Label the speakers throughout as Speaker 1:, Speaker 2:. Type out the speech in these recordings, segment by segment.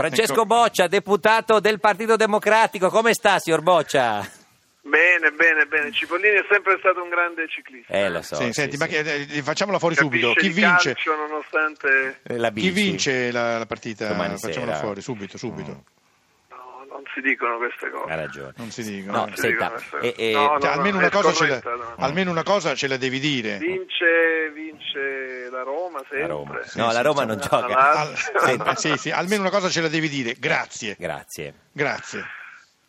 Speaker 1: Ecco.
Speaker 2: Francesco Boccia, deputato del Partito Democratico, come sta signor Boccia?
Speaker 3: Bene, bene, bene. Cipollini è sempre stato un grande ciclista.
Speaker 2: Eh, lo so.
Speaker 1: Sì,
Speaker 2: sì,
Speaker 1: senti,
Speaker 2: sì.
Speaker 1: ma che- eh, facciamola fuori
Speaker 3: Capisce
Speaker 1: subito. Chi
Speaker 3: di
Speaker 1: vince?
Speaker 3: calcio nonostante
Speaker 2: Eh, La
Speaker 1: Chi
Speaker 2: bici.
Speaker 1: vince la, la partita?
Speaker 2: Domani
Speaker 1: Facciamola
Speaker 2: sera.
Speaker 1: fuori subito, subito.
Speaker 3: no, non si dicono queste
Speaker 2: Ha
Speaker 3: cose.
Speaker 2: ragione.
Speaker 1: Non si dicono.
Speaker 2: No,
Speaker 1: Non
Speaker 3: si
Speaker 2: senta, eh,
Speaker 3: dicono,
Speaker 2: e- e-
Speaker 3: no, no.
Speaker 1: Cioè, almeno, una
Speaker 3: è
Speaker 1: cosa ce la,
Speaker 3: scorretta, no.
Speaker 1: almeno una cosa ce la devi dire.
Speaker 3: Vince, vince la Roma sempre.
Speaker 2: la Roma.
Speaker 1: Sì,
Speaker 2: No, la
Speaker 1: sì,
Speaker 2: Roma
Speaker 1: sì.
Speaker 2: non
Speaker 3: Ah,
Speaker 2: gioca.
Speaker 1: Al-
Speaker 2: Senta.
Speaker 1: sì, sì, almeno una cosa ce la devi dire. Grazie,
Speaker 2: Grazie.
Speaker 1: grazie.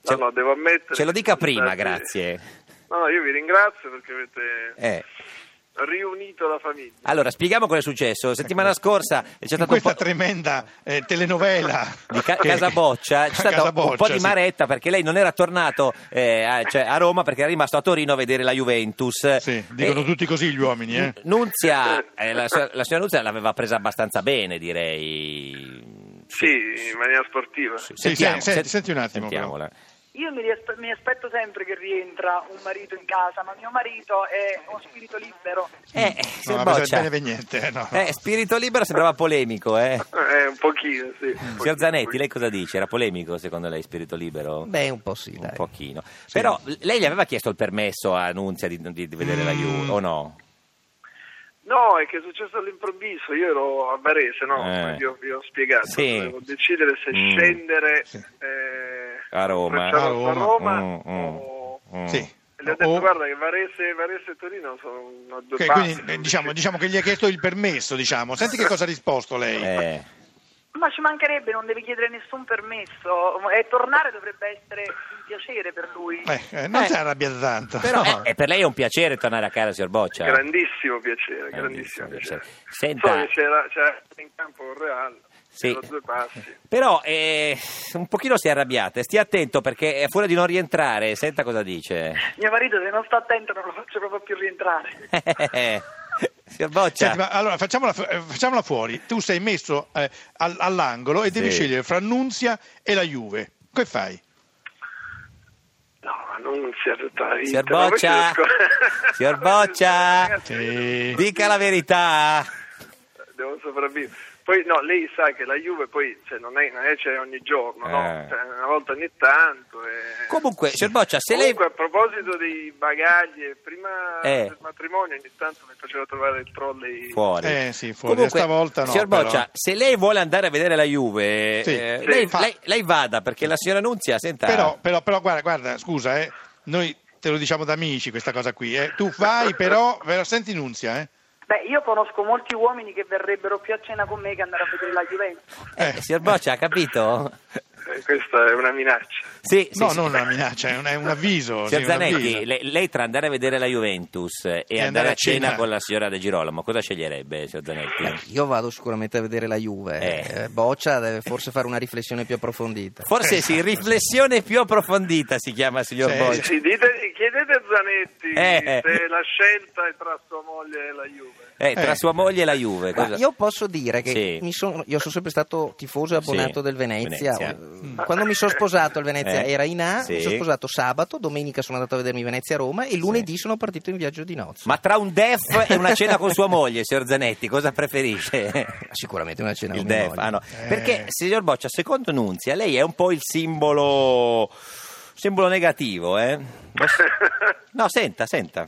Speaker 2: Ce-
Speaker 3: No, no, devo ammettere.
Speaker 2: Ce lo dica
Speaker 3: che sono
Speaker 2: prima,
Speaker 3: stati-
Speaker 2: grazie.
Speaker 3: No, io vi ringrazio perché avete
Speaker 2: Eh.
Speaker 3: riunito la famiglia.
Speaker 2: Allora, spieghiamo cosa è successo. Settimana scorsa c'è
Speaker 1: Ecco. In
Speaker 2: stato un
Speaker 1: questa
Speaker 2: po'...
Speaker 1: tremenda eh, telenovela
Speaker 2: Di ca-
Speaker 1: che-
Speaker 2: Casaboccia c'è stato un po'
Speaker 1: Casaboccia,
Speaker 2: di
Speaker 1: sì.
Speaker 2: maretta perché lei non era tornato eh, a, cioè, a Roma perché era rimasto a Torino a vedere la Juventus.
Speaker 1: Sì, dicono
Speaker 2: E-
Speaker 1: tutti così gli uomini, eh.
Speaker 2: Nunzia, eh, la, sua- la signora Nunzia l'aveva presa abbastanza bene, direi.
Speaker 3: Sì, in maniera sportiva.
Speaker 2: Sì,
Speaker 1: Sì,
Speaker 2: sentiamo,
Speaker 1: sen-
Speaker 2: sen-
Speaker 1: senti un attimo, però.
Speaker 2: sentiamola.
Speaker 4: Io mi, riaspe- mi aspetto sempre che rientra un marito in casa, ma mio marito è uno spirito libero.
Speaker 2: Eh,
Speaker 1: No,
Speaker 2: signor
Speaker 1: la presa
Speaker 2: Boccia.
Speaker 1: bene per niente. eh, no.
Speaker 2: Eh, spirito libero sembrava polemico, eh.
Speaker 3: Eh, un pochino, sì. un pochino,
Speaker 2: Signor Zanetti,
Speaker 3: un
Speaker 2: lei cosa dice? Era polemico secondo lei spirito libero?
Speaker 5: Beh, un po' sì,
Speaker 2: Un
Speaker 5: dai.
Speaker 2: pochino. Però lei gli aveva chiesto il permesso a Nunzia di, di- di vedere
Speaker 1: Mm.
Speaker 2: la Juve, o no?
Speaker 3: No, è che è successo all'improvviso. Io ero a Varese, no? Cioè,
Speaker 2: Eh.
Speaker 3: Vi, ho, vi ho spiegato.
Speaker 2: Sì.
Speaker 3: Dovevo decidere se
Speaker 2: Mm.
Speaker 3: scendere
Speaker 1: Sì.
Speaker 3: eh,
Speaker 2: A Roma.
Speaker 3: Frecciarossa
Speaker 1: A Roma.
Speaker 3: Roma
Speaker 2: Mm, mm.
Speaker 3: o-
Speaker 2: Mm.
Speaker 1: Sì. Oh.
Speaker 3: E le ho detto,
Speaker 1: O-
Speaker 3: guarda, che Varese, Varese e Torino sono due
Speaker 1: Ok,
Speaker 3: passi,
Speaker 1: quindi, eh,
Speaker 3: non
Speaker 1: diciamo,
Speaker 3: decidi.
Speaker 1: diciamo che gli ha chiesto il permesso, diciamo. Senti che cosa ha risposto lei.
Speaker 2: Eh,
Speaker 4: Ma ci mancherebbe, non deve chiedere nessun permesso. E tornare dovrebbe essere un piacere per lui.
Speaker 1: Eh, eh, non
Speaker 2: Eh.
Speaker 1: si è arrabbiata tanto.
Speaker 2: però
Speaker 1: No.
Speaker 2: eh, eh, per lei è un piacere tornare a casa, signor Boccia.
Speaker 1: diciamo
Speaker 3: Grandissimo piacere,
Speaker 2: Grandissimo
Speaker 3: grandissimo piacere.
Speaker 2: piacere. Senta-
Speaker 3: Solo che c'era, c'era in campo un Real,
Speaker 2: Sì.
Speaker 3: c'erano due passi.
Speaker 2: Però eh, un pochino si è arrabbiata, stia attento perché è fuori di non rientrare, senta cosa dice.
Speaker 4: Mio marito se non sta attento non lo faccio proprio più rientrare.
Speaker 2: Eh, Signor Boccia,
Speaker 1: Senti, ma allora facciamola, fu- eh, facciamola fuori. Tu sei messo eh, al- all'angolo e devi
Speaker 2: Sì.
Speaker 1: scegliere fra Nunzia e la Juve. Che fai?
Speaker 3: No, ma non si è tutta la vita.
Speaker 2: Signor
Speaker 3: ma voi
Speaker 2: Boccia,
Speaker 3: siete sco-
Speaker 2: signor Boccia.
Speaker 3: Ragazzi,
Speaker 1: Sì.
Speaker 2: dica la verità.
Speaker 3: Devo sopravvivere. Poi no, lei sa che la Juve poi cioè, non, è, non è c'è ogni giorno, no?
Speaker 2: Eh.
Speaker 3: Cioè, una volta ogni tanto. e-
Speaker 2: Comunque, signor Boccia, se lei...
Speaker 3: Comunque, a proposito dei bagagli, prima
Speaker 2: Eh.
Speaker 3: del matrimonio ogni tanto mi faceva trovare il trolley
Speaker 2: Fuori.
Speaker 1: Eh, sì, fuori.
Speaker 2: Comunque,
Speaker 1: Stavolta no,
Speaker 2: Signor Boccia,
Speaker 1: però.
Speaker 2: se lei vuole andare a vedere la Juve,
Speaker 1: Sì,
Speaker 2: eh,
Speaker 1: sì,
Speaker 2: lei,
Speaker 1: fa-
Speaker 2: lei- lei vada perché la signora Nunzia, senta...
Speaker 1: Però, però, però guarda, guarda, scusa, eh, noi te lo diciamo da amici questa cosa qui. eh. Tu fai però, però senti Nunzia, eh.
Speaker 4: Beh, io conosco molti uomini che verrebbero più a cena con me che andare a vedere la Juventus.
Speaker 2: Eh,
Speaker 1: Eh.
Speaker 2: signor Boccia, ha capito?
Speaker 3: Eh, Questa è una minaccia.
Speaker 2: Sì, sì,
Speaker 1: no,
Speaker 2: sì.
Speaker 1: non una minaccia, è un, è un avviso.
Speaker 2: Signor
Speaker 1: sì, un avviso.
Speaker 2: Zanetti, lei, lei tra andare a vedere la Juventus e, andare, a cena, con la signora De Girolamo, cosa sceglierebbe, signor
Speaker 1: Eh.
Speaker 5: Beh,
Speaker 2: Zanetti?
Speaker 5: io vado sicuramente a vedere la Juve.
Speaker 2: Eh.
Speaker 5: Eh, Boccia deve forse fare una riflessione più approfondita.
Speaker 2: Forse sì, riflessione più approfondita si chiama, signor
Speaker 1: Sì,
Speaker 2: Boccia.
Speaker 3: Sì, dite- chiedete a Zanetti
Speaker 2: Eh.
Speaker 3: se la scelta è tra sua moglie e la Juve.
Speaker 2: Eh, tra
Speaker 1: Eh.
Speaker 2: sua moglie e la Juve.
Speaker 5: Ma
Speaker 2: cosa-
Speaker 5: io posso dire che
Speaker 2: Sì.
Speaker 5: mi sono, io sono sempre stato tifoso e abbonato
Speaker 2: Sì,
Speaker 5: del Venezia.
Speaker 2: Venezia.
Speaker 5: Mm. Quando mi sono sposato il Venezia
Speaker 2: Eh,
Speaker 5: era in A,
Speaker 2: sì.
Speaker 5: mi sono sposato sabato, domenica sono andato a vedermi Venezia-Roma e lunedì sono partito in viaggio di nozze.
Speaker 2: Ma tra un def e una cena con sua moglie, signor Zanetti, cosa preferisce?
Speaker 5: Sicuramente una cena
Speaker 2: Il
Speaker 5: con
Speaker 2: def,
Speaker 5: mia moglie.
Speaker 2: ah, no.
Speaker 1: Eh.
Speaker 2: Perché, signor Boccia, secondo Nunzia, lei è un po' il simbolo, simbolo negativo, eh? No, senta, senta.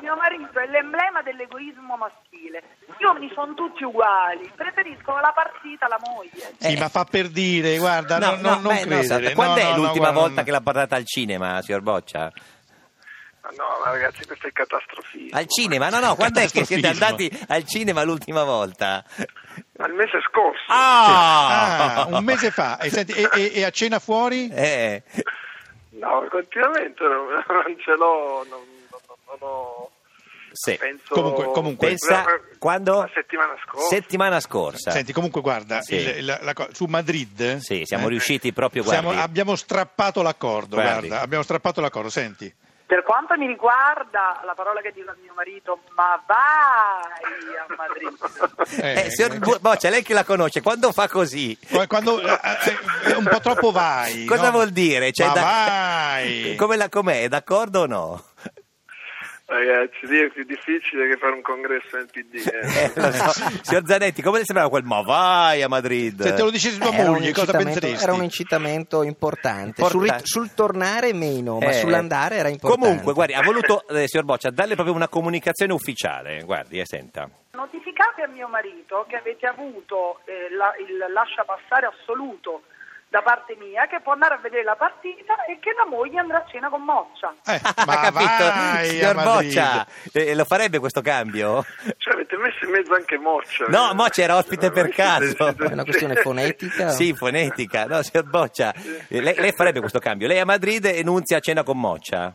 Speaker 4: Mio marito è l'emblema dell'egoismo maschile. Gli uomini sono tutti uguali, preferiscono la partita alla moglie.
Speaker 1: Sì,
Speaker 2: Eh.
Speaker 1: ma fa per dire, guarda, non- non, non
Speaker 2: beh, no,
Speaker 1: credere.
Speaker 2: senta,
Speaker 1: No,
Speaker 2: Quando
Speaker 1: no,
Speaker 2: è
Speaker 1: no,
Speaker 2: l'ultima
Speaker 1: guarda,
Speaker 2: volta
Speaker 1: non-
Speaker 2: che l'ha portata al cinema, signor Boccia?
Speaker 3: Ma no, ma ragazzi, questo è catastrofismo.
Speaker 2: Al cinema? No, no, quando è che siete
Speaker 1: Catastrofismo.
Speaker 2: andati al cinema l'ultima volta?
Speaker 3: Al mese scorso.
Speaker 2: Ah!
Speaker 1: Ah, un mese fa. E, senti, e- e- e a cena fuori?
Speaker 2: Eh,
Speaker 3: No, continuamente non, non ce l'ho, non, non- non ho...
Speaker 2: sì.
Speaker 3: Penso...
Speaker 1: Comunque- comunque-
Speaker 2: Pensa quando?
Speaker 3: La settimana scorsa.
Speaker 2: Settimana scorsa.
Speaker 1: Senti, comunque guarda,
Speaker 2: certo. Sì.
Speaker 1: il- la- la co- su Madrid
Speaker 2: Sì, siamo
Speaker 1: eh,
Speaker 2: riusciti proprio,
Speaker 1: siamo-
Speaker 2: guardi.
Speaker 1: abbiamo strappato l'accordo,
Speaker 2: Guardi.
Speaker 1: guarda, abbiamo strappato l'accordo, senti. Eh,
Speaker 4: Per quanto mi riguarda, la parola che dico a mio marito, ma vai a Madrid.
Speaker 2: Eh, signor Bo- Boccia, lei che la conosce, quando fa così?
Speaker 1: Qua- Quando eh, eh, eh, un po' troppo vai.
Speaker 2: Cosa
Speaker 1: no?
Speaker 2: vuol dire? Cioè,
Speaker 1: Ma
Speaker 2: da-
Speaker 1: vai!
Speaker 2: Come la com'è? È d'accordo o no?
Speaker 3: Ragazzi, lì è più difficile che fare un congresso nel PD. eh.
Speaker 2: Eh, lo so. Signor Zanetti, come le sembrava quel ma vai a Madrid?
Speaker 5: Cioè,
Speaker 1: Se te lo dicessi
Speaker 2: Eh,
Speaker 1: tua
Speaker 5: Era un
Speaker 1: moglie, cosa
Speaker 5: incitamento-
Speaker 1: penseresti?
Speaker 5: Era un incitamento importante.
Speaker 2: Importante.
Speaker 5: Sul, rit- sul tornare meno, ma
Speaker 2: Eh,
Speaker 5: sull'andare era importante.
Speaker 2: Comunque, guardi, ha voluto, eh, signor Boccia, darle proprio una comunicazione ufficiale. Guardi, eh, senta.
Speaker 4: Notificate a mio marito che avete avuto eh, la- il lascia passare assoluto da parte mia, che può andare a vedere la partita e che la moglie andrà a cena con Moccia.
Speaker 1: Eh,
Speaker 2: Ha
Speaker 1: ma
Speaker 2: capito?
Speaker 1: vai
Speaker 2: signor
Speaker 1: a Madrid.
Speaker 2: Boccia, eh, lo farebbe questo cambio?
Speaker 3: Cioè, avete messo in mezzo anche Moccia.
Speaker 2: No,
Speaker 3: eh.
Speaker 2: Moccia era ospite per caso.
Speaker 5: È una questione fonetica.
Speaker 2: Sì, fonetica. No, signor Boccia, eh, lei, lei farebbe questo cambio. Lei a Madrid enunzia a cena con Moccia.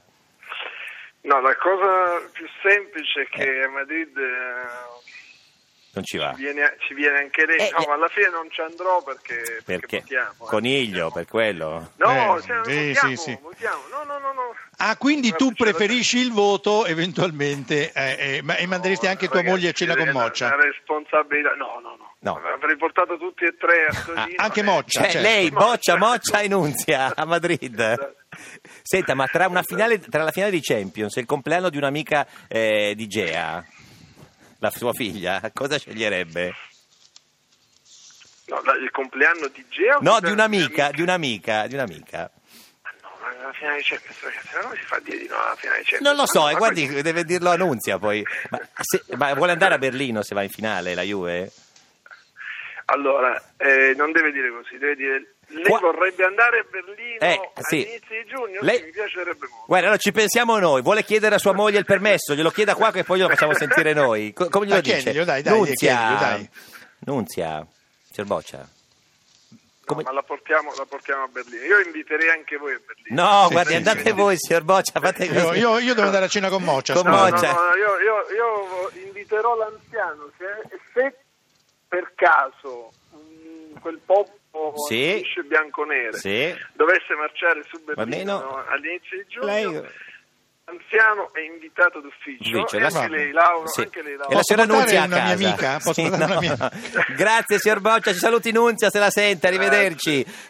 Speaker 3: No, la cosa più semplice è che a Madrid eh,
Speaker 2: Non ci va.
Speaker 3: viene- ci viene anche lei.
Speaker 2: Eh,
Speaker 3: no,
Speaker 2: eh.
Speaker 3: ma alla fine non ci andrò perché,
Speaker 2: Perché?
Speaker 3: votiamo. eh.
Speaker 2: Coniglio, per quello.
Speaker 3: No,
Speaker 1: Eh,
Speaker 3: cioè,
Speaker 1: sì,
Speaker 3: votiamo,
Speaker 1: sì, sì.
Speaker 3: votiamo. No, no, no, no.
Speaker 1: Ah, quindi tu
Speaker 3: Guarda, c'è la-
Speaker 1: preferisci il voto eventualmente eh, eh, ma- e manderesti
Speaker 3: No,
Speaker 1: anche tua
Speaker 3: ragazzi,
Speaker 1: moglie a cena con
Speaker 3: è una-
Speaker 1: Moccia?
Speaker 3: Una responsabilità. No, no, no.
Speaker 2: No.
Speaker 3: Avrei portato tutti e tre a Torino.
Speaker 1: Ah, anche
Speaker 3: eh.
Speaker 1: Moccia.
Speaker 2: Cioè,
Speaker 1: certo.
Speaker 2: lei boccia, moccia, enunzia a Madrid.
Speaker 3: Esatto.
Speaker 2: Senta, ma tra, una finale, tra la finale di Champions e il compleanno di un'amica eh, di Gea, la sua figlia, cosa sceglierebbe?
Speaker 3: No, la- il compleanno di Geo?
Speaker 2: No, di un'amica, di un'amica, di un'amica.
Speaker 3: No, ma la finale di Champions, ragazzi, ma come si fa a dire di no alla finale di Champions?
Speaker 2: Non lo so,
Speaker 3: Ma
Speaker 2: eh, guardi,
Speaker 3: questo-
Speaker 2: deve dirlo a Nunzia poi. Ma, se- ma vuole andare a Berlino se va in finale la Juve?
Speaker 3: Allora, eh, non deve dire così, deve dire... Lei
Speaker 2: Qua-
Speaker 3: vorrebbe andare a Berlino
Speaker 2: Eh, sì.
Speaker 3: all'inizio di giugno?
Speaker 2: Lei-
Speaker 3: Sì, mi piacerebbe molto.
Speaker 2: Guarda, allora ci pensiamo noi. Vuole chiedere a sua moglie il permesso, glielo chieda qua che poi glielo facciamo sentire noi. Co- come glielo
Speaker 1: Ma
Speaker 2: dice?
Speaker 1: chiediglielo, dai, dai, chiediglielo, dai.
Speaker 2: Nunzia, signor Boccia.
Speaker 3: No,
Speaker 2: come-
Speaker 3: ma la portiamo, la portiamo a Berlino. Io inviterei anche voi a Berlino.
Speaker 2: No,
Speaker 1: Sì,
Speaker 2: guardi,
Speaker 1: sì,
Speaker 2: andate
Speaker 1: sì.
Speaker 2: voi, signor Boccia, fate
Speaker 1: Io,
Speaker 2: così.
Speaker 1: io- io devo andare a cena con Moccia.
Speaker 2: Con
Speaker 1: scusa.
Speaker 3: No, no,
Speaker 2: Moccia.
Speaker 3: no, io, io- io inviterò l'anziano se, se per caso mh, quel popolo
Speaker 2: Sì.
Speaker 3: di strisce bianco-nere
Speaker 2: Sì.
Speaker 3: dovesse marciare su
Speaker 2: Berlino.
Speaker 3: Berlino no, all'inizio di giugno,
Speaker 2: Lei-
Speaker 3: l'anziano è invitato d'ufficio
Speaker 2: Dice,
Speaker 3: e
Speaker 2: la-
Speaker 3: anche lei, Lauro,
Speaker 2: Sì.
Speaker 3: anche lei,
Speaker 2: E la
Speaker 3: Lauro.
Speaker 1: Posso
Speaker 2: signora
Speaker 1: portare
Speaker 2: Nunzia a
Speaker 1: una
Speaker 2: casa.
Speaker 1: mia amica? Posso portare una mia-
Speaker 2: Grazie, signor Boccia, ci saluti Nunzia, se la sente, arrivederci.